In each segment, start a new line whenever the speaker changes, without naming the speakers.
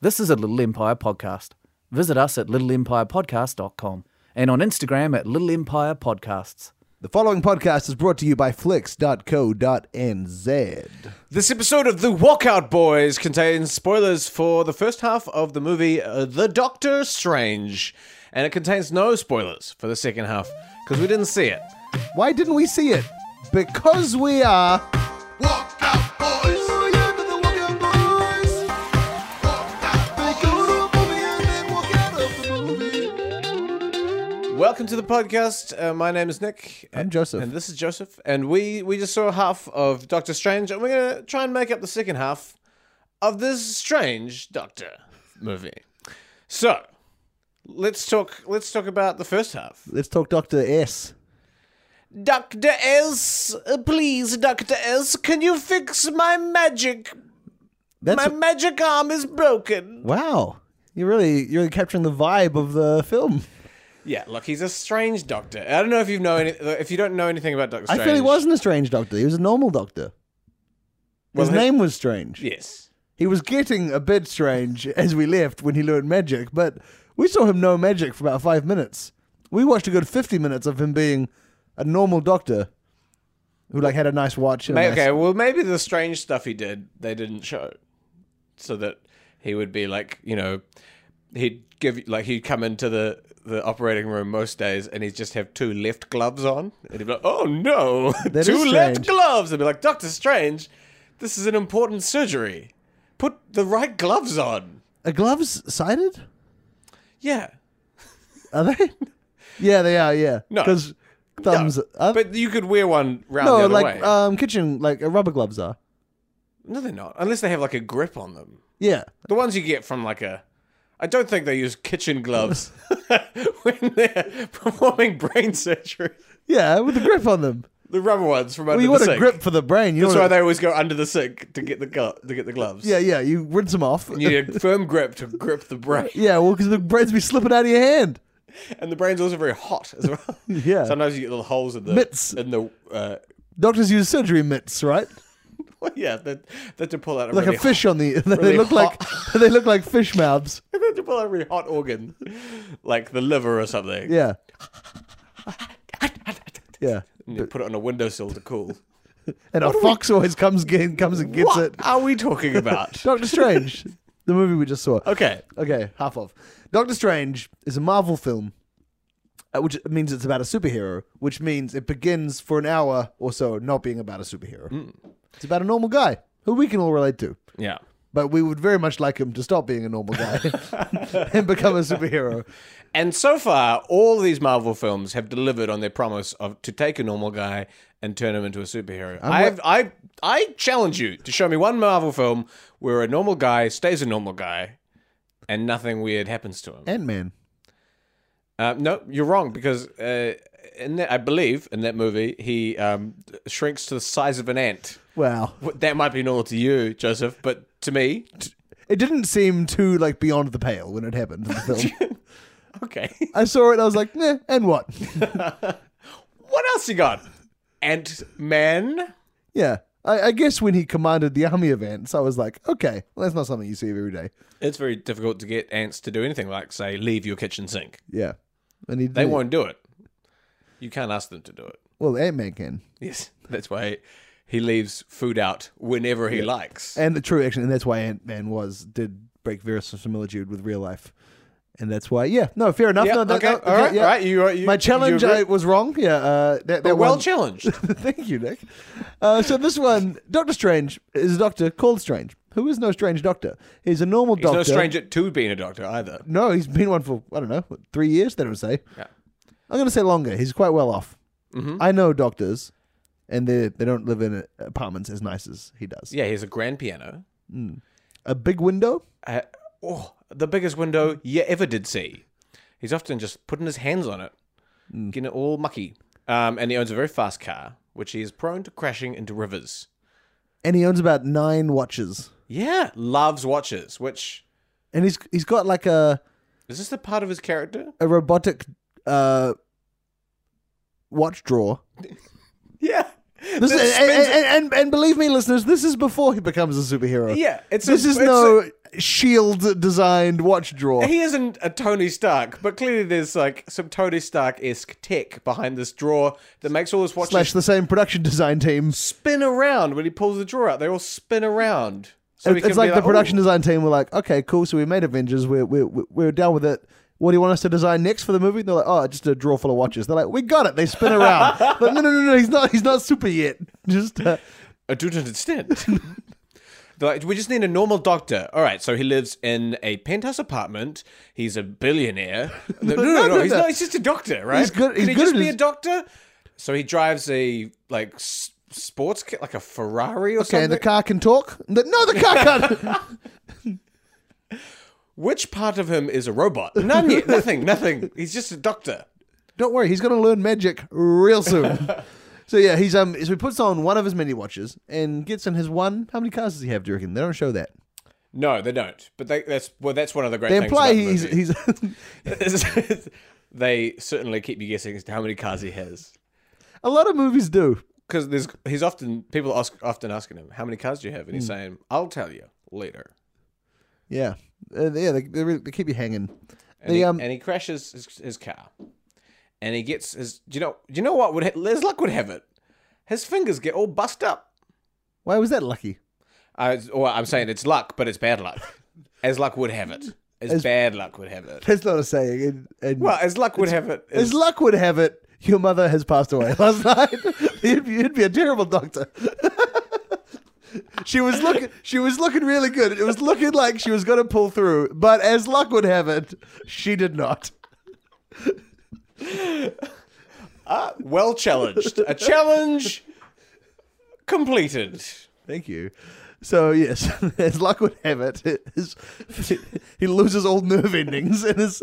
This is a Little Empire podcast. Visit us at littleempirepodcast.com and on Instagram at Little Empire Podcasts.
The following podcast is brought to you by flicks.co.nz.
This episode of The Walkout Boys contains spoilers for the first half of the movie uh, The Doctor Strange, and it contains no spoilers for the second half because we didn't see it.
Why didn't we see it? Because we are.
Walkout boys.
Welcome to the podcast. Uh, my name is Nick.
I'm
and-
Joseph.
And this is Joseph. And we, we just saw half of Doctor Strange, and we're going to try and make up the second half of this strange Doctor movie. So. Let's talk. Let's talk about the first half.
Let's talk Dr. S.
Dr. S, uh, please, Dr. S, can you fix my magic?
That's
my magic arm is broken.
wow. You're really you're really capturing the vibe of the film.
Yeah, look, he's a strange doctor. I don't know if you know any, if you don't know anything about Doctor Strange.
I feel he wasn't a strange doctor. He was a normal doctor.
Well,
his
he-
name was strange.
Yes.
He was getting a bit strange as we left when he learned magic, but we saw him know magic for about five minutes. We watched a good fifty minutes of him being a normal doctor who like had a nice watch. And a
May-
nice-
okay, well maybe the strange stuff he did they didn't show. So that he would be like, you know, he'd give like he'd come into the the operating room most days and he'd just have two left gloves on. And he'd be like, Oh no,
is
two left
strange.
gloves and be like, Doctor Strange, this is an important surgery. Put the right gloves on.
Are Uh, gloves sided?
Yeah.
Are they? yeah, they are. Yeah,
No.
because
No,
thumbs up.
But you could wear one round the
no,
other
like
way.
um, kitchen like uh, rubber gloves are.
no, they're not. Unless they have like a grip on them.
Yeah,
The ones you get from like a. I don't think they use kitchen gloves when they're performing brain surgery.
yeah, with a grip on them.
The rubber ones from under
Well, you
the
want a
sink.
grip for the brain. You
That's why
want
they always go under the sink to get the glo- to get the gloves.
yeah, yeah. You rinse them off.
You need a firm grip to grip the brain,
yeah, well, because the brains be slipping out of your hand.
and the brain's also very hot as well.
Yeah.
Sometimes you get little holes in the
Mitts.
in the. Uh,
Doctors use surgery mitts, right?
well, yeah, that that to pull out a
Like
really
a fish on the. they
really
look like they look like fish mouths.
Hot, to pull out a really hot organ, like the liver or something.
Yeah. Yeah,
And you put it on a windowsill to cool.
and a fox always comes get, comes and gets
what
it.
are we talking about?
Doctor Strange, the movie we just saw.
okay.
Okay, half of. Doctor Strange is a Marvel film, uh, which means it's about a superhero, which means it begins for an hour or so not being about a superhero. It's about a normal guy who we can all relate to,
Yeah.
but we would very much like him to stop being a normal guy and become a superhero.
And so far, all these Marvel films have delivered on their promise of to take a normal guy and turn him into a superhero. I, have, I, I challenge you to show me one Marvel film where a normal guy stays a normal guy and nothing weird happens to him.
Ant Man.
Uh, no, you're wrong because uh, in that, I believe in that movie he um, shrinks to the size of an ant.
Wow,
Well, That might be normal to you, Joseph, but to me, t-
it didn't seem too like beyond the pale when it happened in the film.
okay.
I saw it, and I was like, "Nah." And what?
what else you got? Ant Man.
yeah, I, I guess when he commanded the army of ants, I was like, "Okay, well, that's not something you see every day."
It's very difficult to get ants to do anything like, say, leave your kitchen sink.
Yeah, and he
They
did.
won't do it. You can't ask them to do it.
Well, Ant Man can.
Yes. That's why he leaves food out whenever he likes.
And the true action, and that's why Ant Man was did break verisimilitude with real life, and that's why. Yeah, no, fair enough.
Yeah,
no, that-
okay,
no,
all right, all right, you- you-
My
you
challenge
agree?
I, was wrong. Yeah, uh, that, that
But well
one-
challenged.
Thank you, Nick. Uh, so this one, Doctor Strange is a doctor called Strange, who is no strange doctor. He's a normal
He's
doctor.
no stranger to being a doctor either.
No, he's been one for I don't know what, three years. They don't say.
Yeah. Mm-hmm.
I'm going to say longer. He's quite well off. I know doctors, and they they don't live in apartments as nice as he does.
Yeah, he has a grand piano.
A big window.
Uh, oh, the biggest window you ever did see. He's often just putting his hands on it,
Mm.
getting it all mucky. Um, and he owns a very fast car, which he is prone to crashing into rivers.
and he owns about nine watches.
Yeah, loves watches, which
And he's he's got like a
is this the part of his character?
a robotic uh watch drawer.
Yeah.
This
that
is, eh, and,
spins-
and, and, and believe me, listeners, this is before he becomes a superhero.
Yeah, it's a-
this is
it's
no shield designed watch drawer.
He isn't a Tony Stark, but clearly there's like some Tony Stark esque tech behind this drawer that makes all his watches
Slash the same production design team.
spin around when he pulls the drawer out. They all spin around. So he
It-
can
it's
be
like the production
"Ooh."
design team were like, okay, cool. So we made Avengers. We're, we're, we're down with it. What do you want us to design next for the movie? And they're like, oh, just a drawer full of watches. They're like, we got it. They spin around. Like, no, no, no, no. He's not. He's not super yet. Just uh,
I do not understand. They're like, we just need a normal doctor. All right, so he lives in a penthouse apartment. He's a billionaire. No, no, no, no, he's
no.
not. He's just a doctor, right?
He's good- he's
Can he
good
just
at
be
his-
a doctor? So he drives a like s- sports car, like a Ferrari or
okay.
something.
And the car can talk. And the- no, the car can't.
Which part of him is a robot? None yet. nothing. Nothing. He's just a doctor.
Don't worry, he's going to learn magic real soon. so yeah, he's um, so he puts on one of his many watches and gets in his one. How many cars does he have? Do you reckon? They don't show that.
No, they don't. But they, that's well, that's one of the great
They
things.
imply
about the
he's
movie.
he's.
they certainly keep you guessing as to how many cars he has.
a lot of movies do.
Because there's he's often people ask, often asking him how many cars do you have, and
Hmm.
he's saying, "I'll tell you later."
Yeah, uh, yeah, they, they, really, they keep you hanging.
And,
The,
he,
um,
and he crashes his, his car, and he gets his. Do you know? Do you know what would ha- Liz luck would have it? His fingers get all bust up.
Why was that lucky?
I, or I'm saying it's luck, but it's bad luck. As luck would have it, as, bad luck would have it.
That's not a saying. And, and
Well, as luck would have it,
as
is-
luck would have it, your mother has passed away last night. you'd, be, you'd be a terrible doctor. she was looking. She was looking really good. It was looking like she was going to pull through, but as luck would have it, she did not.
well challenged. A challenge completed.
Thank you. So yes, as luck would have it, his, he loses all nerve endings in his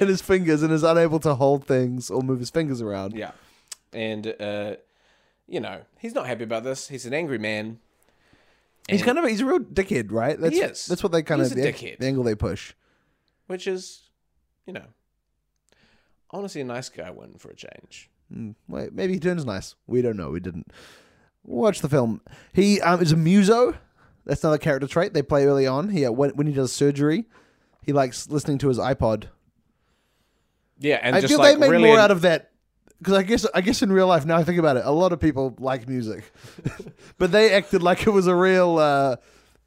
in his fingers and is unable to hold things or move his fingers around.
Yeah. And, uh, you know, he's not happy about this. He's an angry man.
He's kind of a, he's a real dickhead, right? That's,
He is.
That's what they kind
He's
of
a
the,
dickhead.
the angle they push.
Which is, you know, I want to see a nice guy win for a change.
Wait, maybe he turns nice. We don't know. We didn't watch the film. He um, is a muso. That's another character trait they play early on. He uh, when, when he does surgery, he likes listening to his iPod.
Yeah, and
I
just
feel
like
they made
really
more out of that because I guess I guess in real life now I think about it, a lot of people like music, but they acted like it was a real uh,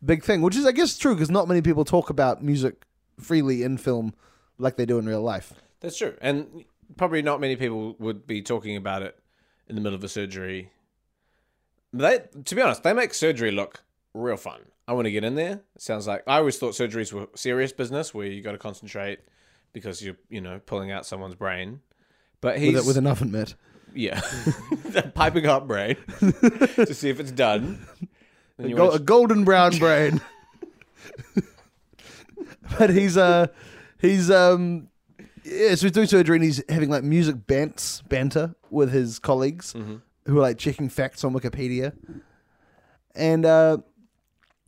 big thing, which is I guess true because not many people talk about music freely in film like they do in real life.
That's true. And probably not many people would be talking about it in the middle of a surgery. They, to be honest, they make surgery look real fun. I want to get in there. It sounds like I always thought surgeries were serious business where you got to concentrate because you're, you know, pulling out someone's brain. But he's
With, it, with an oven mitt.
yeah, piping hot brain to see if it's done. Then you
Go-
wanna
a golden brown brain. but he's uh he's um yeah, so he's doing surgery and he's having like music bants banter with his colleagues who are like checking facts on Wikipedia. And uh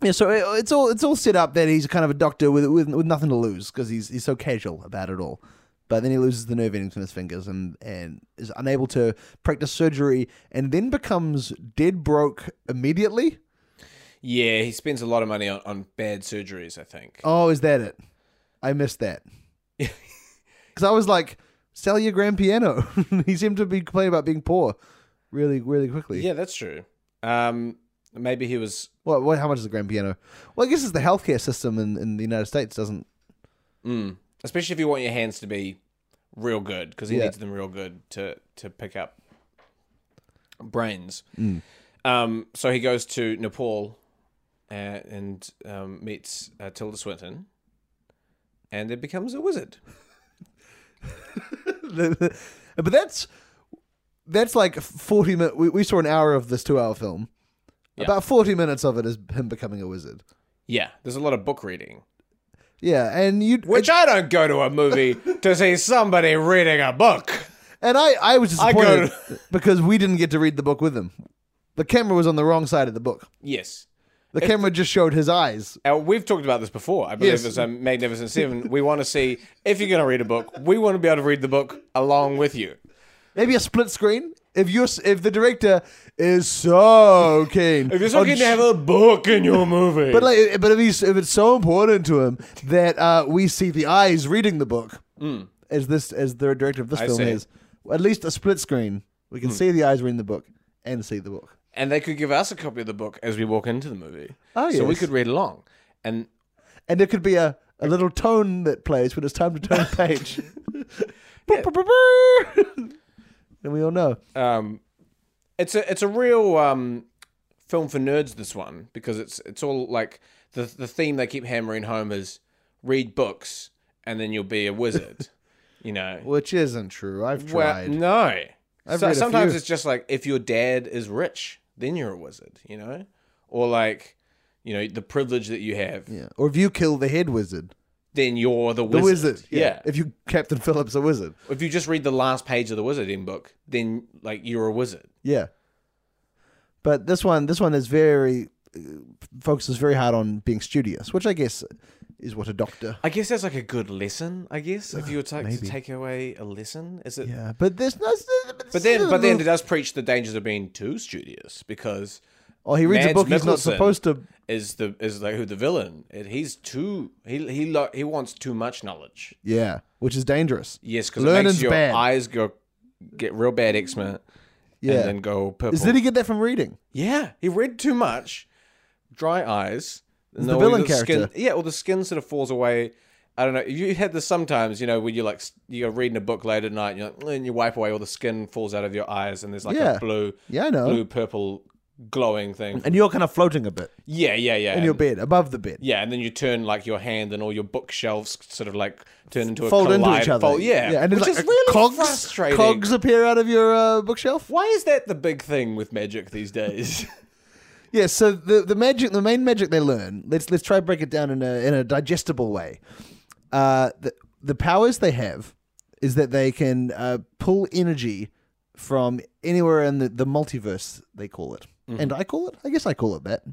yeah, so it- it's all it's all set up that he's kind of a doctor with with, with nothing to lose because he's he's so casual about it all. But then he loses the nerve endings in his fingers and and is unable to practice surgery and then becomes dead broke immediately.
Yeah, he spends a lot of money on, on bad surgeries, I think.
Oh, is that it? I missed that. Because I was like, sell your grand piano. he seemed to be complaining about being poor really, really quickly.
Yeah, that's true. Um, maybe he was
What, what, how much is a grand piano? Well, I guess it's the healthcare system in, in the United States doesn't.
Mm. Especially if you want your hands to be real good, because he
Yeah.
needs them real good to to pick up brains.
Mm.
Um, so he goes to Nepal uh, and um, meets uh, Tilda Swinton, and it becomes a wizard.
but that's that's like 40 minutes. We, we saw an hour of this two hour film.
Yeah.
About 40 minutes of it is him becoming a wizard.
Yeah, there's a lot of book reading,
Yeah, and you
which I don't go to a movie to see somebody reading a book.
and I I was
I go
disappointed because we didn't get to read the book with him. The camera was on the wrong side of the book.
Yes.
The camera just showed his eyes.
Uh, we've talked about this before. I believe
Yes.
it's a Magnificent Seven. We want to see if you're going to read a book, we want to be able to read the book along with you.
Maybe a split screen. If you're s- if the director is so keen,
If you're so
on
keen to have a book in your movie,
But like, eh, but if he's if it's so important to him that uh, we see the eyes reading the book, as this as the director of this
Mm. I
film
see. Mm.
is, at least a split screen, we can see the eyes reading the book and see the book.
and they could give us a copy of the book as we walk into the movie.
Oh,
so we
yes.
could read along. And
And there could be a, a little tone that plays when it's time to turn the page. and we all know.
um, it's a it's a real um, film for nerds. This one because it's it's all like the the theme they keep hammering home is read books and then you'll be a wizard. you know,
Which isn't true. I've
Well, no.
I've
So-
read a
sometimes
few.
it's just like if your dad is rich, then you're a wizard, you know, or like, you know, the privilege that you have,
yeah. Or if you kill the head wizard.
then you're the
The
wizard.
wizard.
yeah. If,
If you Captain Phillips a wizard.
you just read the last page of the wizarding book, then like you're a wizard.
Yeah. But this one, this one is very uh, focuses very hard on being studious, which I guess is what a doctor.
I guess that's like a good lesson. I guess if you were to, to
Maybe.
take away a lesson, is it?
Yeah, but there's no.
But then, but then it does preach the dangers of being too studious because
oh, he reads
Mads
a book he's not
Mikkelsen.
supposed to.
is the is like who the villain? It, he's too he he lo- he wants too much knowledge.
Yeah, which is dangerous.
Yes, because it
Learning's
makes your
bad.
eyes go get real bad eczema
Yeah.
and then go purple.
Is did he get that from reading?
yeah, he read too much, dry eyes. And
the
all
villain
skin,
character.
yeah, all the skin sort of falls away. I don't know. You had this sometimes, you know, when you're like s- you're reading a book late at night, and, you're like, "Mm," and you wipe away all the skin falls out of your eyes, and there's like
Yeah.
a blue,
Yeah, I know.
blue purple glowing thing.
And you're kind of floating a bit
yeah, yeah, yeah.
in
and-
your bed, above the bed.
yeah, and then you turn like your hand and all your bookshelves sort of like turn into
Fold
a collide,
into each other.
Fold, yeah,
and it's
which
like
is
uh,
really
cogs,
frustrating.
cogs appear out of your uh, bookshelf.
Why is that the big thing with magic these days?
Yeah, so the, the magic, the main magic they learn. Let's let's try to break it down in a in a digestible way. Uh, the the powers they have is that they can uh, pull energy from anywhere in the, the multiverse. They call it, and I call it. I guess I call it that.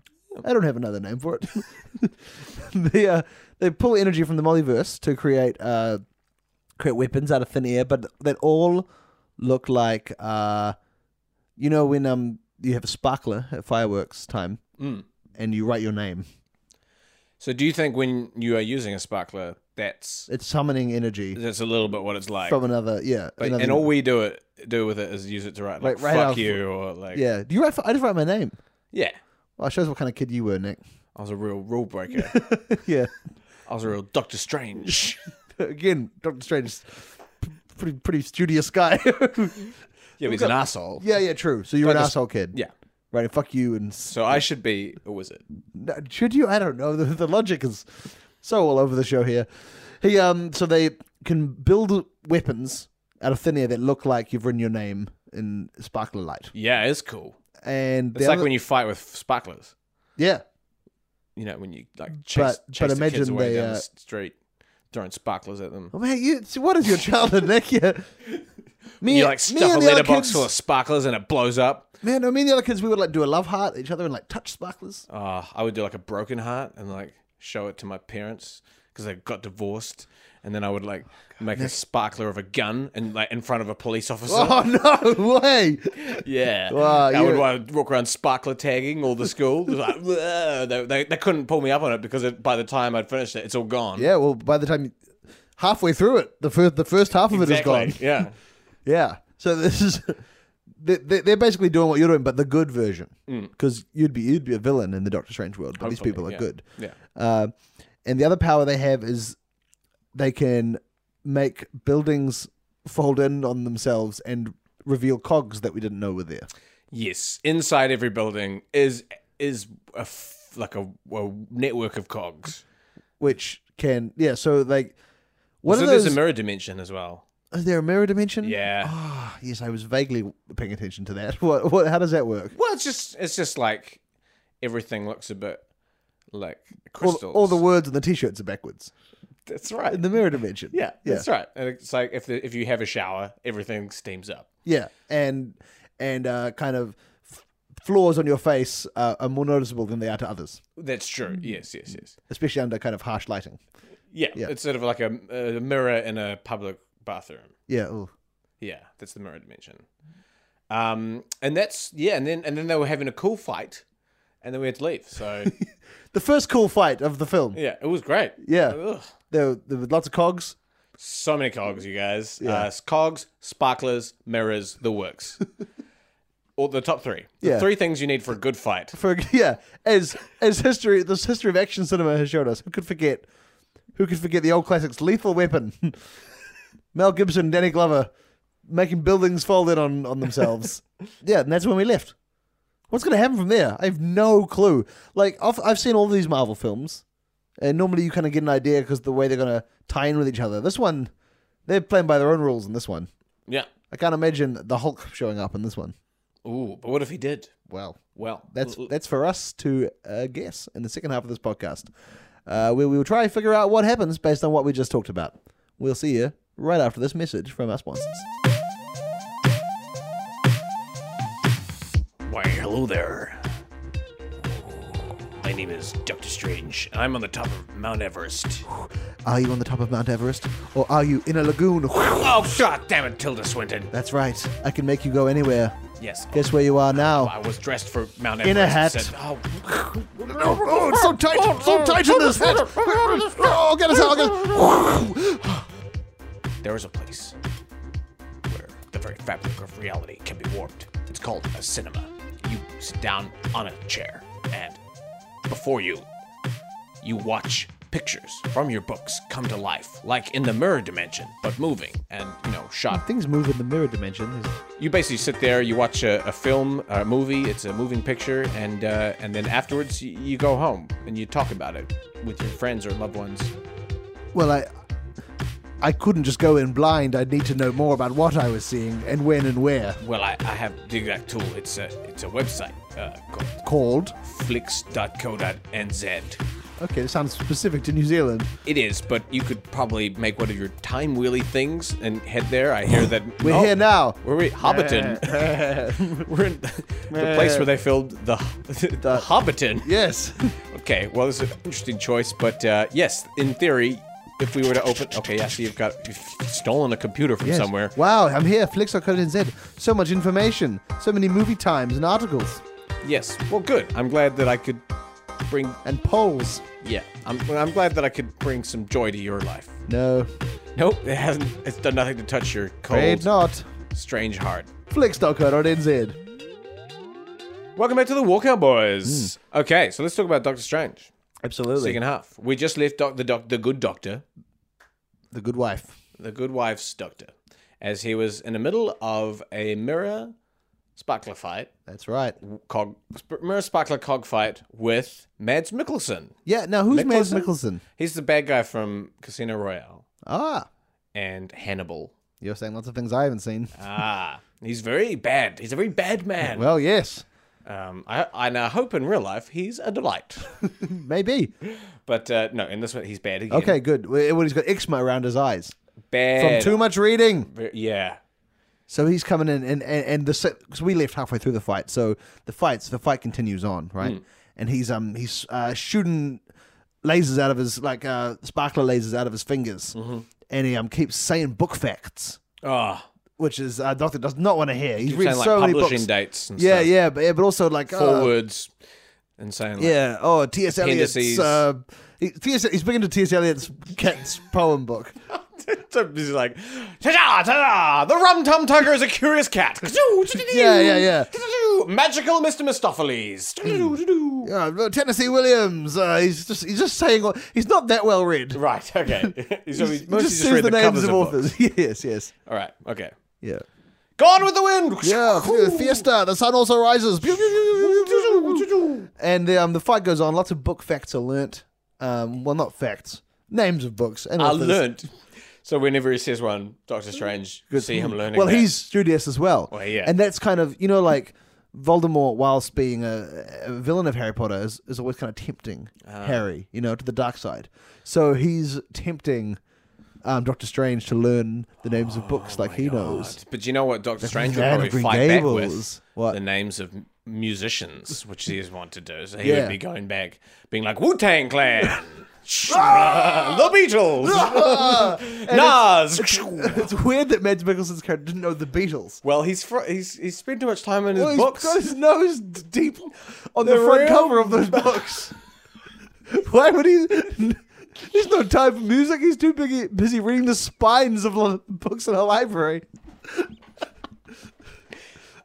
I don't have another name for it. they uh, they pull energy from the multiverse to create uh, create weapons out of thin air, but that all look like uh, you know when um you have a sparkler at fireworks time
Mm.
and you write your name.
so, do you think when you are using a sparkler, that's
It's summoning energy
that's a little bit what it's like?
from another yeah.
Like,
another-
and all we do it do with it is use it to write like
Like, right
"fuck
off-
you" or like yeah.
yeah. Do you write? For, I just write my name. Well, it shows what kind of kid you were, Nick.
I was a real rule breaker.
yeah.
I was a real Doctor Strange.
Again, Doctor Strange, is p- pretty pretty studious guy.
yeah, but he's an asshole.
yeah, yeah, true. So you're an
Doctor-
asshole kid.
Yeah.
Right, and fuck you, and s-
So I should be a wizard.
No, should you? I don't know. The, the logic is so all over the show here. He um, so they can build weapons out of thin air that look like you've written your name in sparkler light,
Yeah, it's cool.
and
It's like when you fight with sparklers.
yeah,
You know, when you like chase,
But-
chase
but
the kids
imagine
away
they,
down
uh,
the street, throwing sparklers at them.
Oh man, you so what is your childhood, Nick? Yeah. Me,
you like
me
stuff a
and the other
letterbox
kids,
full of sparklers and it blows up.
man. No, me and the other kids, we would like do a love heart at each other and like touch sparklers.
uh, I would do like a broken heart and like show it to my parents because they got divorced, and then I would
Oh,
like make a sparkler of a gun and like in front of a police officer.
Oh no way!
Yeah,
Wow,
I would
you-
wa- walk around sparkler tagging all the school. It was like, "Bleh." they, they, they couldn't pull me up on it because it, by the time I'd finished it, it's all gone.
Yeah, well, by the time you, halfway through it, the first the first half of it is gone.
Yeah,
Yeah. So this is they, they- they're basically doing what you're doing, but the good version. Because you'd be you'd be a villain in the Doctor Strange world, but these
Mm. Hopefully,
people are
yeah.
good.
yeah.
Uh, and the other power they have is they can make buildings fold in on themselves and reveal cogs that we didn't know were there.
Yes, inside every building is is a f- like a, a network of cogs.
Which can yeah, so like what
so
are
there's
those?
a mirror dimension as well.
is there a mirror dimension?
Yeah.
Ah, yes, I was vaguely paying attention to that. What? What? How does that work?
Well, it's just it's just like everything looks a bit like
All,
crystals.
all the words on the t-shirts are backwards.
that's right.
In the mirror dimension.
yeah,
yeah.
that's right. And it's like if the, if you have a shower, everything steams up.
Yeah, and and uh, kind of f- flaws on your face uh, are more noticeable than they are to others,
That's true.
Mm.
Yes, yes, yes.
especially under kind of harsh lighting.
Yeah, it's sort of like a, a mirror in a public bathroom.
Yeah, Oh. ooh.
Yeah, that's the mirror dimension. Um, and that's yeah, and then and then they were having a cool fight, and then we had to leave. So
The first cool fight of the film.
yeah, it was great.
Yeah.
Ugh.
There, there were lots of cogs.
So many cogs, you guys. Uh, cogs, sparklers, mirrors, the works. Or the top three. The
Yeah.
three things you need for a good fight.
For yeah, as as history, this history of action cinema has showed us, who could forget? Who could forget the old classics, Lethal Weapon, Mel Gibson, Danny Glover, making buildings fall in on on themselves. yeah, and that's when we left. What's going to happen from there? I have no clue. Like I've, I've seen all these Marvel films, and normally you kind of get an idea because the way they're going to tie in with each other. This one, they're playing by their own rules in this one.
Yeah.
I can't imagine the Hulk showing up in this one.
Ooh, but what if he did?
Wow.
Well, uh,
That's
l-
that's for us to uh, guess in the second half of this podcast, uh, where we will try to figure out what happens based on what we just talked about. We'll see you right after this message from our sponsors.
Why, hello there. My name is Doctor Strange. I'm on the top of Mount Everest.
Are you on the top of Mount Everest, or are you in a lagoon?
Oh, god damn it, Tilda Swinton.
That's right. I can make you go anywhere.
Yes.
Guess where you are
I
now?
was dressed for Mount Everest.
In a hat.
Said, oh,
Oh, it's so tight, so tight in this hat. Oh, get us out! Get us.
there is a place where the very fabric of reality can be warped. It's called a cinema. You sit down on a chair, and before you, you watch pictures from your books come to life, like in the mirror dimension, but moving and, you know, shot
Things move in the mirror dimension.
you basically sit there, you watch a, a film, a movie. It's a moving picture, and uh, and then afterwards you, you go home and you talk about it with your friends or loved ones.
Well, I I couldn't just go in blind. I'd need to know more about what I was seeing and when and where.
Well, I, I have the exact tool. It's a it's a website uh, called
Called.
flicks.co.nz.
Okay, it sounds specific to New Zealand.
It is, but you could probably make one of your time wheelie things and head there. I hear that
We're
Oh,
here now.
Where we Hobbiton? We're in the, the place where they filmed the the, Hobbiton.
Yes.
Okay, well, this is an interesting choice, but uh, yes, in theory, if we were to open, okay, yeah, so you've got you've stolen a computer from somewhere.
Wow, I'm here. Flix Z. So much information. So many movie times and articles
Yes, well, good. I'm glad that I could bring.
and polls.
Yeah, I'm I'm glad that I could bring some joy to your life.
No,
Nope, it hasn't. It's done nothing to touch your
afraid
cold,
not.
strange heart.
Flix.co.nz.
Welcome back to the Walkout Boys.
Hmm.
Okay, so let's talk about Doctor Strange.
Absolutely.
Second half. We just left doc- the doc- the good doctor,
The Good Wife.
the good wife's doctor, as he was in the middle of a mirror sparkler fight.
That's right.
cog sp- mirror sparkler cogfight with Mads Mikkelsen.
Yeah, now who's Mads
Mikkelsen?
Mikkelsen?
He's the bad guy from Casino Royale
Ah,
and Hannibal.
you're saying lots of things I haven't seen.
Ah, he's very bad. He's a very bad man.
Well, yes.
um, I, I- and I hope in real life he's a delight,
Maybe.
but uh, no, in this one he's bad again.
Okay, good. Well, he's got eczema around his eyes from
bad.
too much reading.
Ver- yeah,
So he's coming in, and and, and the because we left halfway through the fight, so the fights the fight continues on, right?
Hmm.
And he's um he's uh, shooting lasers out of his like uh, sparkler lasers out of his fingers,
Mm-hmm.
and he um keeps saying book facts,
ah,
which is uh, doctor does not want to hear. He's read
saying like
so many
publishing
books.
dates and
yeah,
stuff.
yeah, but yeah, but also like uh,
forwards and saying like,
yeah, oh T.S. Eliot's
Appendices.
uh, he, T.S. He's big into T.S. Eliot's cat's poem book.
So he's like, ta-da, ta-da, the rum tum tugger is a curious cat.
Yeah, yeah, yeah. Hmm.
Magical Mr. Mistopheles.
Uh, Tennessee Williams. Uh, he's just he's just saying all- he's not that well read.
Right, okay. He's
He
always- mostly
just
just
says
read
the, names
covers
of
books.
authors. yes, yes.
All right, okay.
Yeah.
Gone with the wind.
Yeah, F- Fiesta, the sun also rises. And um, the fight goes on. Lots of book facts are learnt. Um, well, not facts, names of books. And
I
authors.
learnt. So whenever he says one,
Mm.
Doctor Strange, you see him learning.
Hmm. Well,
that.
he's studious as well.
Well, yeah.
And that's kind of, you know, like Voldemort, whilst being a, a villain of Harry Potter, is, is always kind of tempting
Ah.
Harry, you know, to the dark side. So he's tempting um, Doctor Strange to learn the names of books
Oh
like he knows.
But you know what Doctor Strange would
Van
probably
Green
fight back with?
Gables. What?
The names of m- musicians, which he has wanted to do. So he
Yeah.
would be going back, being like, Wu Tang Clan. the Beatles. Nas.
It's weird that Mads Mikkelsen's character didn't know the Beatles.
Well, he's fr- he's he's spent too much time in his
Well, he's
books.
got his nose d- deep on the,
The
front
real-
cover of those books. Why would he? There's no time for music. He's too busy, busy reading the spines of li- books in a library.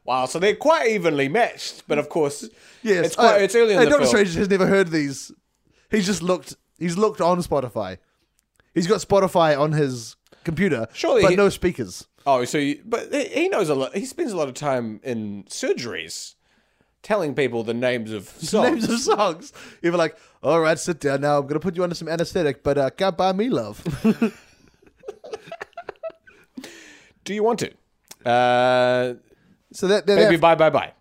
Wow, so they're quite evenly matched, but of course,
Yes,
it's quite
uh,
it's early in
and
the
Doctor
film.
Strange has never heard these. He's just looked. He's looked on Spotify. He's got Spotify on his computer,
Surely
but
he-
no speakers.
Oh, so you, but he he knows a lot. He spends a lot of time in surgeries, telling people the names of songs.
Names of songs. You were like, all right, sit down now. I'm gonna put you under some anesthetic, but uh, can't buy me love.
Do you want it? Uh,
so that, that
baby,
that-
bye, bye, bye.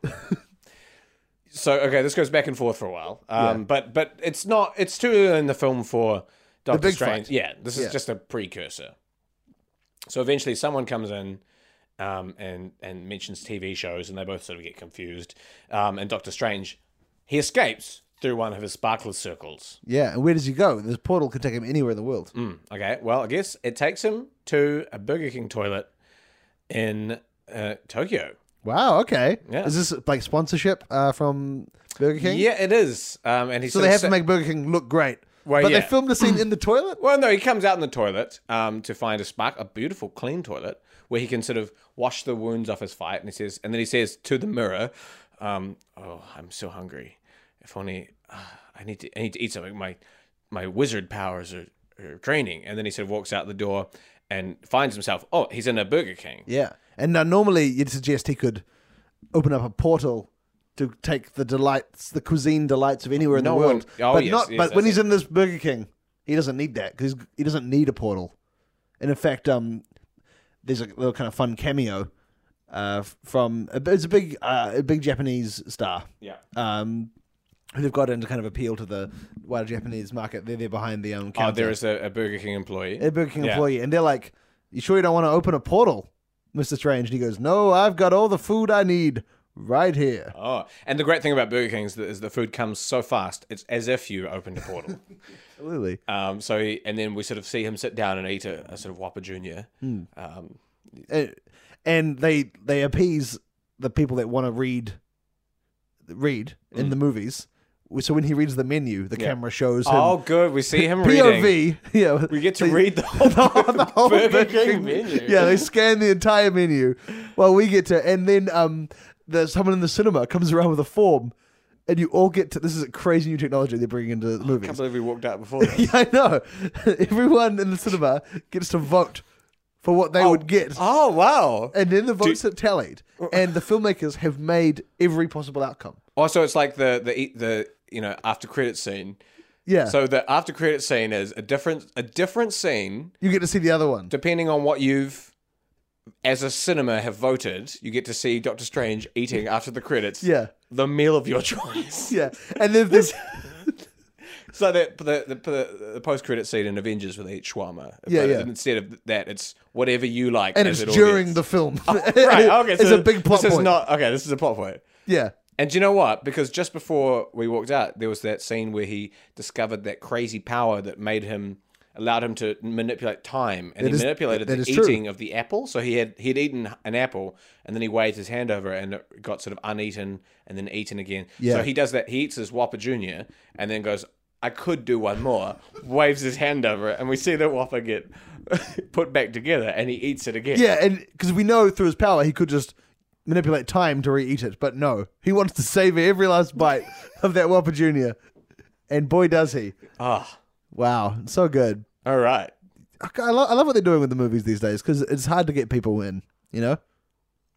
so okay, this goes back and forth for a while. Um, but but it's not. It's too early in the film for Doctor
big
Strange.
fight.
Yeah, this is
Yeah.
just a precursor. So eventually, someone comes in. Um, and and mentions TV shows, and they both sort of get confused. Um, and Doctor Strange, he escapes through one of his sparkler circles.
yeah. And where does he go? This portal can take him anywhere in the world.
Mm. Okay, well, I guess it takes him to a Burger King toilet in uh, Tokyo.
Wow. Okay.
Yeah.
Is this like sponsorship uh, from Burger King?
Yeah, it is. Um, and he
So they have to make Burger King look great.
Well,
but
yeah.
they filmed the scene in the toilet.
Well, no, he comes out in the toilet um, to find a spark, a beautiful, clean toilet where he can sort of wash the wounds off his fight. And he says, and then he says to the mirror, um, "Oh, I'm so hungry. If only uh, I need to, I need to eat something. My my wizard powers are, are draining." And then he sort of walks out the door and finds himself. Oh, he's in a Burger King.
Yeah. And now normally you'd suggest he could open up a portal to take the delights, the cuisine delights of anywhere in
No
the
one-
world.
oh,
but
yes,
not.
yes,
but when he's
that's
in this Burger King, he doesn't need that because he doesn't need a portal. And in fact, um, there's a little kind of fun cameo. Uh, from it's a big, uh, a big Japanese star.
Yeah.
Um, who they've got in to kind of appeal to the wider Japanese market. They're there behind the um.
Oh,
Counter.
there is a, a Burger King employee.
a Burger King
Yeah.
employee, and they're like, "You sure you don't want to open a portal, Mister Strange?" And he goes, "No, I've got all the food I need right here."
Oh, and the great thing about Burger King is, that, is the food comes so fast. It's as if you opened a portal.
Absolutely.
um, so, he, and then we sort of see him sit down and eat a, a sort of Whopper Junior.
Hmm.
Um,
And, and they they appease the people that want to read read
Mm.
in the movies. So when he reads the menu, the camera shows him
oh, good. We see him
POV.
reading.
Yeah,
We get to
They-
read the whole,
the whole
Burger,
Burger
King,
King-
menu.
Yeah, they scan the entire menu. Well, we get to, and then um, there's someone in the cinema comes around with a form, and you all get to. This is a crazy new technology they're bringing into
I can't
movies.
believe we walked out before. That.
Yeah, I know. Everyone in the cinema gets to vote for what they would get,
Oh wow!
and then the votes are tallied, and the filmmakers have made every possible outcome.
Also, Oh, it's like the the eat- the you know after credit scene.
Yeah, so
So the after credit scene is a different a different scene
you get to see the other one.
depending on what you've as a cinema have voted, you get to see Doctor Strange eating after the credits.
Yeah.
The meal of your choice.
Yeah, and then there's
So the the, the, the, the post credit scene in Avengers where they eat shawarma.
Yeah,
But
yeah.
Instead of that, it's whatever you like.
and
as
it's
an
during
audience. Oh,
the film.
right. Okay,
it's
so
a big plot
This
point.
is not okay. This is a plot point.
yeah.
And do you know what? Because just before we walked out, there was that scene where he discovered that crazy power that made him allowed him to manipulate time, and
That
he
is-
manipulated
that
the
is true.
eating of the apple. So he had he'd eaten an apple, and then he waved his hand over, it and it got sort of uneaten, and then eaten again.
Yeah.
So he does that. He eats his Whopper Junior, and then goes. I could do one more. waves his hand over it, and we see the Whopper get put back together, and he eats it again.
Yeah, and because we know through his power he could just manipulate time to re-eat it, but no, he wants to savor every last bite of that Whopper Junior, and boy does he!
Ah,
Wow, so good.
all right.
I, I lo- I love what they're doing with the movies these days because it's hard to get people in, you know.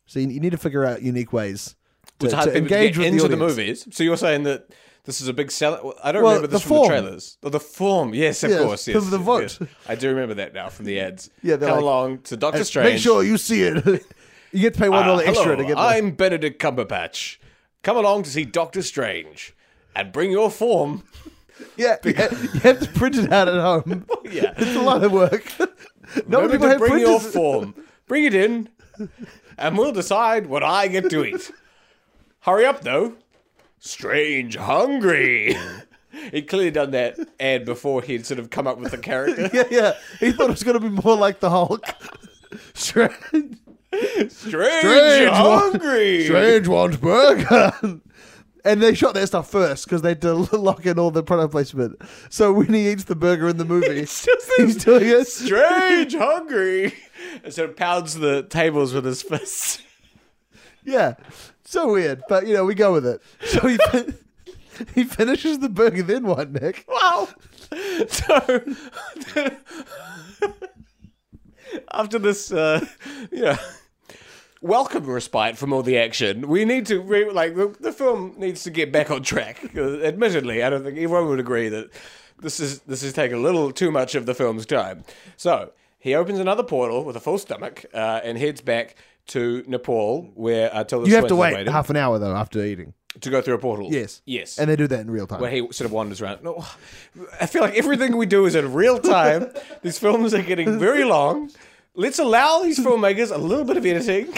So you, you need to figure out unique ways to,
it's hard
to
people to
engage
get
with
into the,
the audience.
movies. So you're saying that this is a big seller. well, I don't
Well,
remember this
the
from
form.
the trailers. Oh, the form, yes, of
Yes,
course, yes,
of the
yes,
vote.
yes. I do remember that now from the ads.
Yeah, they're
come
like-
along to Doctor
And
Strange.
Uh, Make sure you see it. you get to pay one
Ah,
dollar extra to
hello,
get. the-
I'm Benedict Cumberbatch. Come along to see Doctor Strange, and bring your form.
yeah, yeah, you have to print it out at home.
Yeah,
it's a lot of work. no
remember
people
to
have
bring
printers.
your form. Bring it in, and we'll decide what I get to eat. Hurry up, though. Strange hungry. He'd clearly done that ad before he'd sort of come up with the character.
yeah, yeah. He thought it was going to be more like the Hulk. Strange,
Strange,
strange one-
hungry.
strange one's burger. And they shot their stuff first because they had to lock in all the product placement. So when he eats the burger in the movie,
just
he's
this
doing it.
Strange hungry. And sort of pounds the tables with his fists.
Yeah, so weird, but you know we go with it. So he fin- he finishes the burger then what, Nick?
Wow. So after this, uh, you know, welcome respite from all the action. We need to re- like the, the film needs to get back on track. Uh, Admittedly, I don't think everyone would agree that this is this is taking a little too much of the film's time. So he opens another portal with a full stomach uh, and heads back to Nepal, where uh, Tilda
You have to
Swinton
wait
waited
half an hour though after eating.
to go through a portal.
Yes,
yes,
and they do that in real time.
where he sort of wanders around. No, I feel like everything we do is in real time. these films are getting very long. Let's allow these filmmakers a little bit of editing.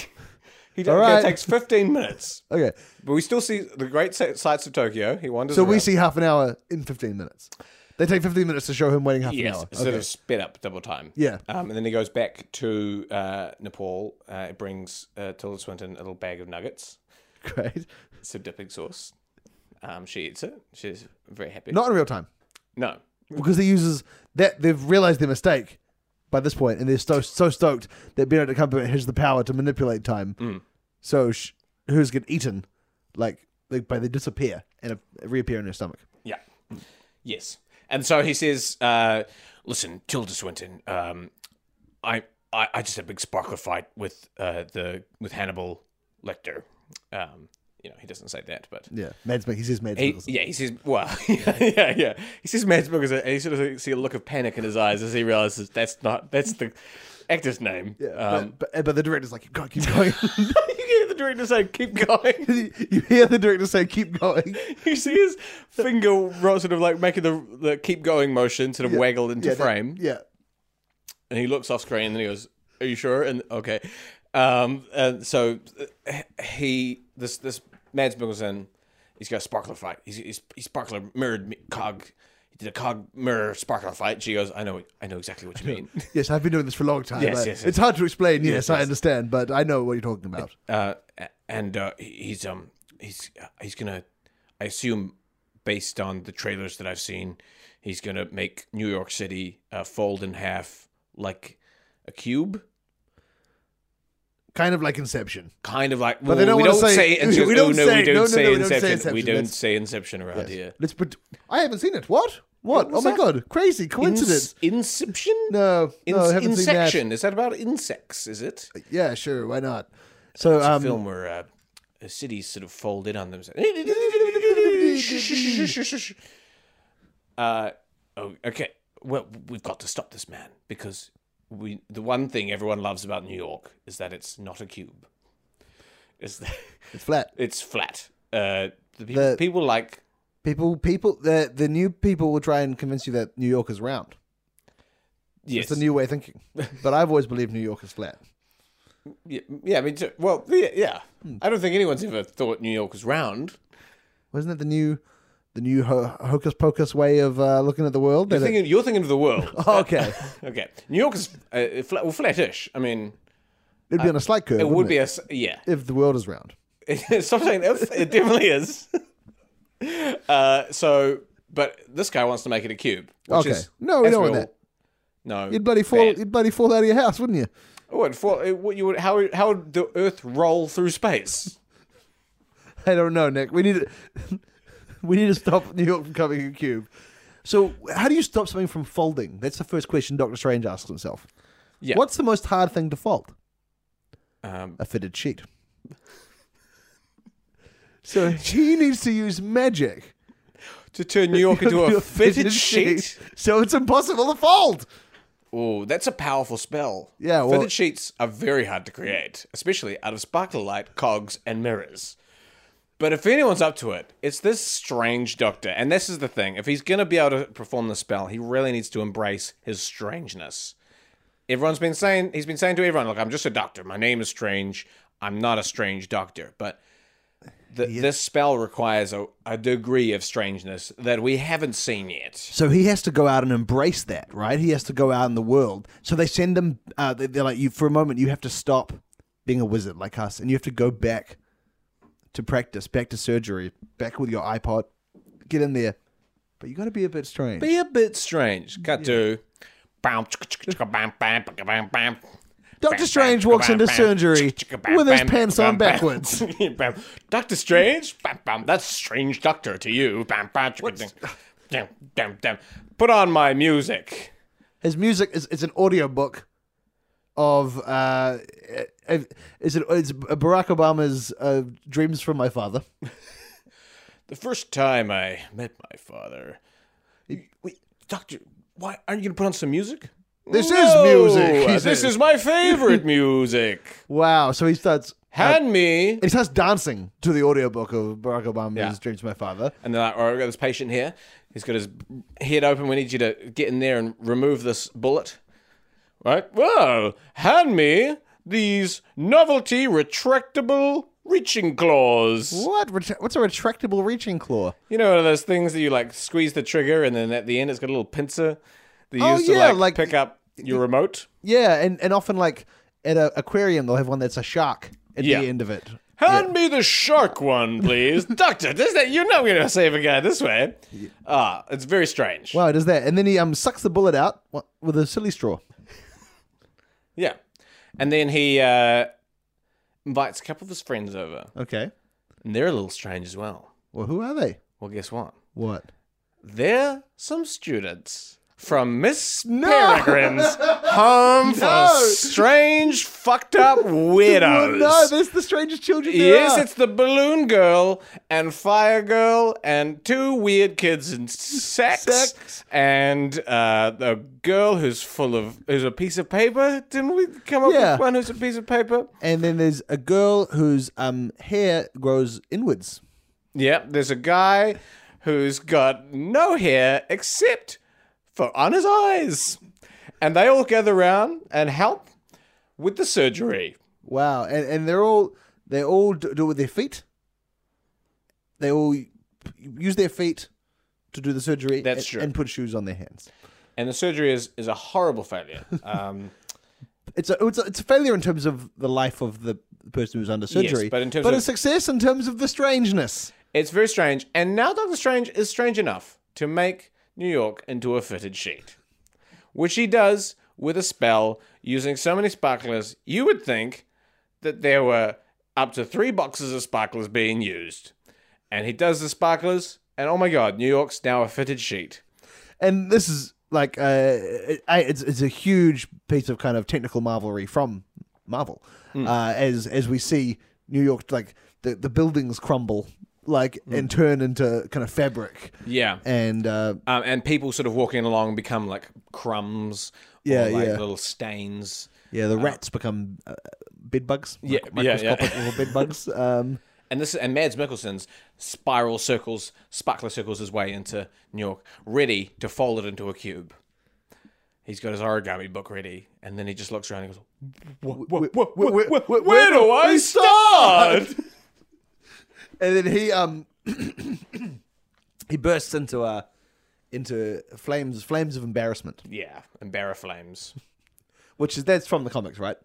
He does,
All right.
takes 15 minutes,
okay,
but we still see the great si- sights of Tokyo. He wanders.
so we
around.
see half an hour in fifteen minutes. They take fifteen minutes to show him waiting half
Yes,
an hour.
sort
Okay.
of sped up double time.
Yeah.
um, and then he goes back to uh, Nepal. Uh, it brings uh, Tilda Swinton a little bag of nuggets,
Great.
some dipping sauce. Um, she eats it. She's very happy.
Not in real time
no,
because he uses that they've realized their mistake by this point, and they're so so stoked that Benedict Cumberbatch has the power to manipulate time.
Mm.
So sh- who's get eaten, like like by they disappear and uh, reappear in their stomach.
Yeah. Yes. And so he says, uh, listen, Tilda Swinton, um, I, I I just had a big sparkler fight with uh, the with Hannibal Lecter. Um, you know, he doesn't say that, but
Yeah, Mads. Mik- He says Mads.
he,
Mikkelsen.
yeah, he says, well, yeah, yeah, yeah. He says Mads Mikkelsen, and he sort of see a look of panic in his eyes as he realizes that's not that's the actor's name.
Yeah,
um,
but, but, but the director's like, God, keep going.
you hear the director say, "Keep going."
you hear the director say, keep going.
You see his finger ro- sort of like making the, the keep going motion, sort of waggled into
Yeah, that-
frame.
yeah.
and he looks off screen and he goes, "Are you sure?" And okay, um, and so uh, he this this Mads Mikkelsen, he's got a sparkler fight. He's he's, he's sparkler mirrored mi- cog. He did a cog mirror sparkler fight. She goes, "I know, I know exactly what you mean."
Yes, I've been doing this for a long time.
Yes,
Like,
yes, yes.
It's hard to explain. Yes, I
yes.
understand, but I know what you're talking about.
uh, and uh, he- he's um he's he's gonna, I assume, based on the trailers that I've seen, he's gonna make New York City uh, fold in half like a cube.
Kind of like Inception.
kind of like
But they
well,
don't
we
wanna
don't
say-
say Inception.
we don't
oh, no,
say-
we don't
no, no,
say
no, we don't say
Inception. we
Inception.
don't
That's-
say Inception around here.
Let's put. I haven't seen it. What? What? oh my god! Crazy coincidence.
In- Inception?
no,
In-
no, I haven't seen that.
Inception. Is that about insects? Is it? It's
Yeah, sure. Why not? So,
a
um,
film where uh, uh, cities sort of fold in on themselves. uh, oh, okay. Well, we've got to stop this man because we the one thing everyone loves about New York is that it's not a cube. Is that
it's flat.
it's flat. Uh, the people,
The-
people like
People, people, the the new people will try and convince you that New York is round.
yes,
It's a new way of thinking. But I've always believed New York is flat.
yeah, yeah, I mean, so- well, yeah, yeah.
Hmm.
I don't think anyone's ever thought New York was round.
Wasn't it the new, the new ho- hocus pocus way of uh, looking at the world?
You're thinking, you're thinking of the world.
Oh, okay,
okay, New York is uh, flat, well, flattish. I mean,
it'd be on a slight curve.
it would be
it?
a s- yeah.
if the world is round.
Stop saying if. It definitely is. Uh, so, but this guy wants to make it a cube. Which
Okay.
is,
No, we
as
don't want
all
that.
No,
You'd bloody fall. You'd bloody fall out of your house, wouldn't you?
Oh, it fall, it, what you would? How how would the Earth roll through space?
I don't know, Nick. We need to, we need to stop New York from coming a cube. So, how do you stop something from folding? That's the first question Doctor Strange asks himself.
Yeah.
What's the most hard thing to fold?
Um,
A fitted sheet. so he needs to use magic
to turn New York into a fitted sheet.
So it's impossible to fold.
Oh, that's a powerful spell.
Yeah, well-
fitted sheets are very hard to create, especially out of sparkle light, cogs, and mirrors. But if anyone's up to it, it's this strange doctor. And this is the thing: if he's gonna be able to perform the spell, he really needs to embrace his strangeness. Everyone's been saying he's been saying to everyone, "Look, I'm just a doctor. My name is strange. I'm not a strange doctor." But th- this spell requires a, a degree of strangeness that we haven't seen yet.
So he has to go out and embrace that, right? He has to go out in the world. So they send him. Uh, they- they're like, you for a moment, you have to stop being a wizard like us, and you have to go back to practice, back to surgery, back with your iPod, get in there. But you got to be a bit strange.
Be a bit strange. Cut to.
Doctor Strange walks into surgery with his pants on backwards.
Doctor Strange? That's strange doctor to you. Put on my music.
His music is it's an audiobook of uh, is it it's Barack Obama's uh, "Dreams from My Father."
The first time I met my father. Wait, Doctor, why aren't you going to put on some music?
This is
No,
music, he
This
says.
is my favorite music.
Wow! So he starts.
Hand me.
And he starts dancing to the audiobook of Barack Obama's
Yeah.
Dreams of My Father.
And they're like, all right, we've got this patient here. He's got his head open. We need you to get in there and remove this bullet. Right? Well, hand me these novelty retractable reaching claws.
What? Retra- What's a retractable reaching claw?
You know, one of those things that you like squeeze the trigger and then at the end it's got a little pincer that you
Oh,
use
yeah,
to like,
like-
pick up your remote.
Yeah, and, and often like at an aquarium they'll have one that's a shark at
Yeah.
the end of it.
Hand me the shark one, please. Doctor, this, that, you're not going to save a guy this way. Ah, it's very strange.
Wow, it is that. And then he um sucks the bullet out wa- with a silly straw.
Yeah. And then he uh, invites a couple of his friends over.
Okay.
And they're a little strange as well.
Well, who are they?
Well, guess what?
What?
They're some students from Miss Peregrine's Home for
No.
Strange Fucked Up
Well,
Weirdos.
no, there's the strangest children there
Yes,
are.
it's the Balloon Girl and Fire Girl and two weird kids in sex,
Sex.
and uh, the girl who's full of who's a piece of paper. Didn't we come up
Yeah.
with one who's a piece of paper?
And then there's a girl whose um hair grows inwards.
Yep, there's a guy who's got no hair except for on his eyes. And they all gather around and help with the surgery.
Wow, and and they're all they all do do it with their feet. They all use their feet to do the surgery.
That's
and,
true.
And put shoes on their hands.
And the surgery is, is a horrible failure. Um,
It's a it's a, it's a failure in terms of the life of the person who's under surgery.
but in terms
but
of-
a success in terms of the strangeness.
it's very strange. And now Doctor Strange is strange enough to make New York into a fitted sheet, which he does with a spell using so many sparklers, you would think that there were up to three boxes of sparklers being used. And he does the sparklers, and oh my god, New York's now a fitted sheet.
And this is like uh, it, I- it's it's a huge piece of kind of technical marvelry from Marvel,
Hmm.
uh, as as we see New York like the the buildings crumble like and turn into kind of fabric.
Hmm. Yeah.
And uh,
Um, and people sort of walking along become like crumbs
Yeah,
or like
yeah.
little stains.
Yeah, the rats become uh, bed bugs.
Yeah,
mi-
yeah, yeah.
microscopic little bed bugs. Um,
And this and Mads Mikkelsen's spiral circles, sparkler circles his way into New York, ready to fold it into a cube. He's got his origami book ready, and then he just looks around and goes,
where-
"Where,
where-
where do I start?"
and then he um he bursts into uh into flames flames of embarrassment,
yeah, embarrass flames.
which is that's from the comics, right?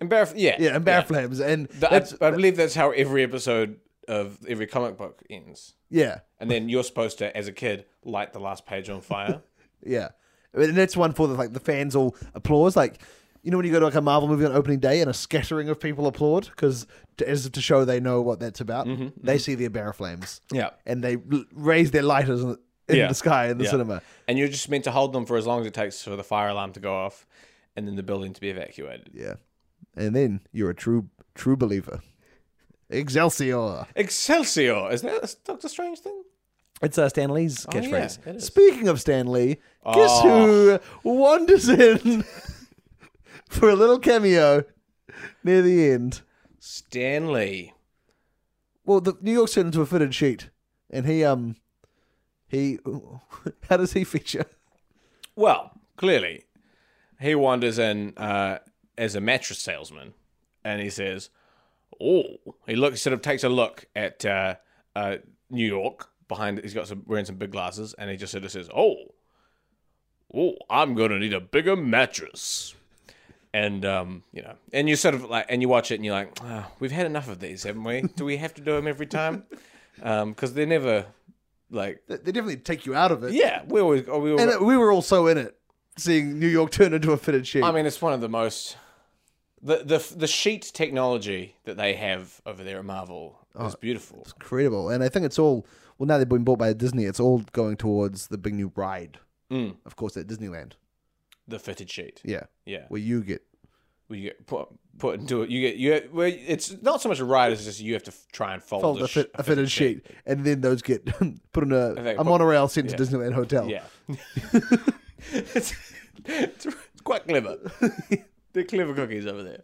Embarrass, yeah,
Yeah, uh, embarrass flames, and
Th- I-
that's
I, believe that's how every episode of every comic book ends.
yeah,
And then you're supposed to, as a kid, light the last page on fire.
yeah. And that's one for the, like the fans all applause, like. You know when you go to like a Marvel movie on opening day and a scattering of people applaud because as if to show they know what that's about, they see the embarrass flames,
Yeah.
and they l- raise their lighters in, in
Yeah.
the sky in the
Yeah.
cinema.
And you're just meant to hold them for as long as it takes for the fire alarm to go off, and then the building to be evacuated.
Yeah. And then you're a true true believer. Excelsior.
Excelsior! Is that a Doctor Strange thing?
It's uh, Stan Lee's
yeah,
catchphrase.
it is.
Speaking of Stan Lee, guess
Oh.
who wanders in for a little cameo near the end?
Stanley.
Well, the New York's turned into a fitted sheet, and he um he how does he feature?
Well, clearly, he wanders in uh, as a mattress salesman, and he says, oh, he looks sort of takes a look at uh, uh, New York behind. He's got some wearing some big glasses, and he just sort of says, oh, oh, I'm gonna need a bigger mattress. And um, you know, and you sort of like, and you watch it, and you're like, oh, we've had enough of these, haven't we? Do we have to do them every time? Because they're never like,
They they definitely take you out of it.
yeah, we always, we always
And it- we were all so in it, seeing New York turn into a fitted sheet.
I mean, it's one of the most the the the sheet technology that they have over there at Marvel
Oh,
is beautiful.
incredible. And I think it's all well now they've been bought by Disney. It's all going towards the big new ride,
Mm,
of course, at Disneyland.
the fitted sheet,
Yeah,
yeah.
where you get
Where you get put put into it. You get you. Well, it's not so much a ride as just you have to f- try and fold,
fold
a,
a,
sh-
fit, a fitted sheet, and then those get put in a,
they
a
put-
monorail sent
yeah.
to Disneyland Hotel.
Yeah, it's, it's quite clever. They're clever cookies over there.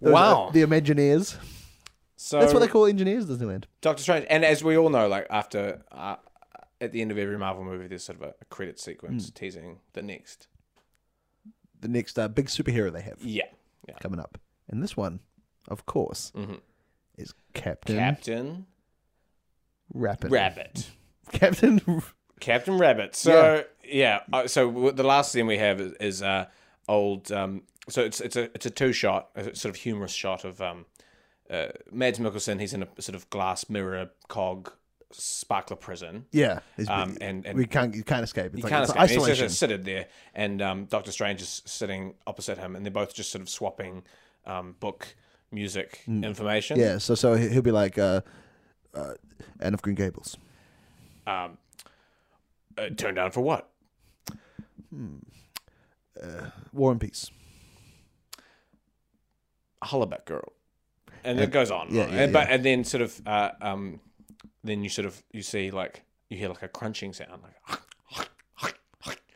Those
wow.
are the Imagineers.
so
That's what they call engineers at Disneyland.
Doctor Strange, and as we all know, like after uh, at the end of every Marvel movie, there's sort of a, a credit
Hmm.
sequence teasing the next.
The next uh, big superhero they have
Yeah, yeah.
coming up, and this one, of course,
Mm-hmm.
is Captain
Captain
Rabbit.
Rabbit.
Captain.
Captain Rabbit. So yeah. uh, so w- the last thing we have is, is uh, old. Um, so it's it's a it's a two shot, a sort of humorous shot of um, uh, Mads Mikkelsen. He's in a sort of glass mirror cog sparkler prison.
yeah, he's-
Um, and- and-
we can't you can't escape. It's
You
like
can't
it's
escape. And He's
isolation.
just sitting there, and um, Doctor Strange is sitting opposite him, and they're both just sort of swapping um, book, music, information.
Hmm. Yeah, so so he- he'll be like, uh, uh, "End of Green Gables."
Um, uh, turned down for what?
War and Peace.
Hollaback girl, and it goes on.
yeah,
and,
yeah,
But and then sort of, uh, um, then you sort of you see like you hear like a crunching sound, like,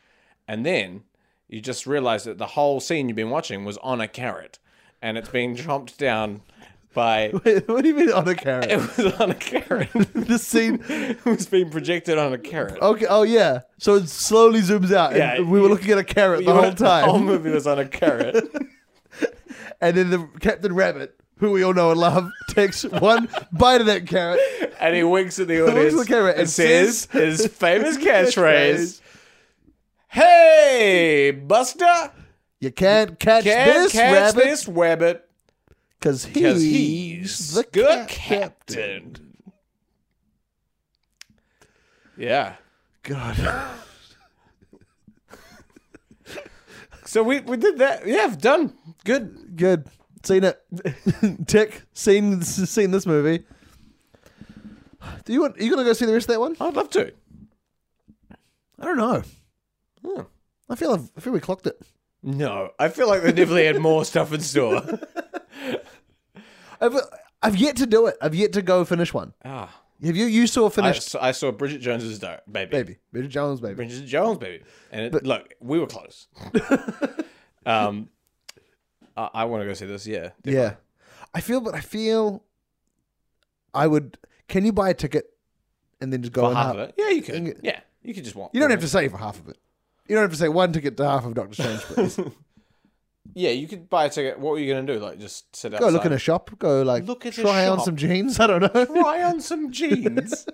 and then you just realize that the whole scene you've been watching was on a carrot, and it's being chomped down by.
what do you mean on a carrot?
It was on a carrot.
the scene.
it was being projected on a carrot.
Okay. Oh yeah. So it slowly zooms out.
Yeah,
and we were looking at a carrot the
You-
whole time,
whole movie was on a carrot.
and then the Captain Rabbit, who we all know and love, takes one bite of that carrot.
and he winks at the
at
audience
the camera
and,
and
says his famous
Catchphrase.
catchphrase, "Hey, Buster,
You can't catch
can
this
catch
rabbit
this rabbit
because he's,
because he's
the
the good
cap-
captain." Yeah.
God.
So we, we did that. Yeah, done. Good.
Good. Seen it. Tick. Seen seen this movie. Do you want? Are you gonna go see the rest of that one?
I'd love to.
I don't know.
Hmm.
I feel I've, I feel we clocked it.
No, I feel like they definitely had more stuff in store.
I've I've yet to do it. I've yet to go finish one.
Ah,
Have you? You saw
I,
finished
saw- I saw Bridget Jones's Di- baby.
baby, Bridget Jones baby.
Bridget Jones, baby. And it, look, we were close. um, I, I want to go see this. Yeah,
Yeah, I feel, but I feel I would. Can you buy a ticket and then just go
for
and
half
ha-
of it. Yeah, you
and
could.
get-
Yeah, you could just want.
You don't have to say for half of it. You don't have to say one ticket to half of Doctor Strange. Please
Yeah, you could buy a ticket. What were you going to do? Like just sit outside.
go look in a shop. Go like
Look at a
try on
shop.
some jeans. I don't know.
try on some jeans.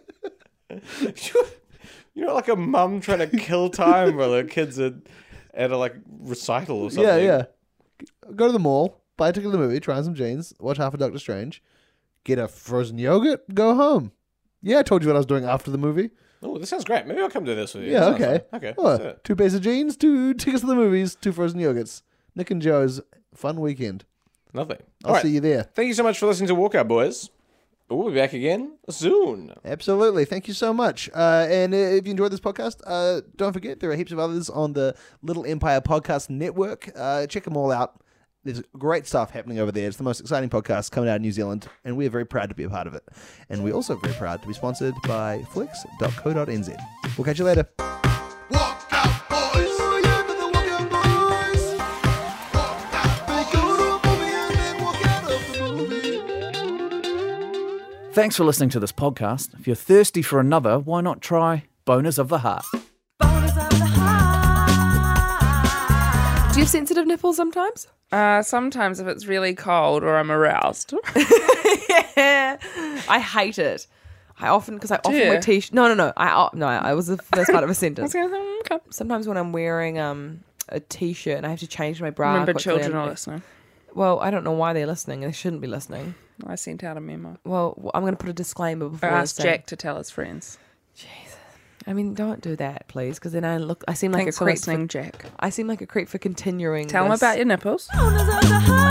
You're not like a mum trying to kill time while her kids are at a like recital or something.
yeah, yeah. Go to the mall, buy a ticket to the movie, try on some jeans, watch half of Doctor Strange, get a frozen yogurt, go home. Yeah, I told you what I was doing after the movie.
Oh, this sounds great. Maybe I'll come do this with you.
Yeah,
Sounds
okay.
fun. Okay.
Oh,
let's do it.
two pairs of jeans, two tickets to the movies, two frozen yogurts. Nick and Joe's fun weekend.
Lovely.
I'll see you there.
Thank you so much for listening to Walkout Boys. We'll be back again soon.
Absolutely. Thank you so much. Uh, and uh, if you enjoyed this podcast, uh, don't forget there are heaps of others on the Little Empire Podcast Network. Uh, check them all out. There's great stuff happening over there. It's the most exciting podcast coming out of New Zealand, and we're very proud to be a part of it. And we're also very proud to be sponsored by flex.co.nz. We'll catch you later.
Walk out boys. Oh, yeah, but the walk out boys. Walk out boys. They go to a movie and then walk out of the movie.
Thanks for listening to this podcast. If you're thirsty for another, why not try Boners of the Heart?
Do you have sensitive nipples sometimes? Uh, sometimes if it's really cold or I'm aroused.
I hate it. I often because I often
ya?
wear t shirts. No, no, no. I oh, no. I was the first part of a sentence.
Okay.
Sometimes when I'm wearing um a t-shirt and I have to change my bra.
Remember,
quickly,
children
I'm-
are listening.
Well, I don't know why they're listening. They shouldn't be listening.
I sent out a memo.
Well, w- I'm going to put a disclaimer
Or
before. I
asked Jack to tell his friends.
I mean, don't do that, please, because then I look. I seem like
Thanks
a
for
creep. For,
listening, Jack.
I seem like a creep for continuing.
Tell them
this.
about your nipples.
Owners of the heart.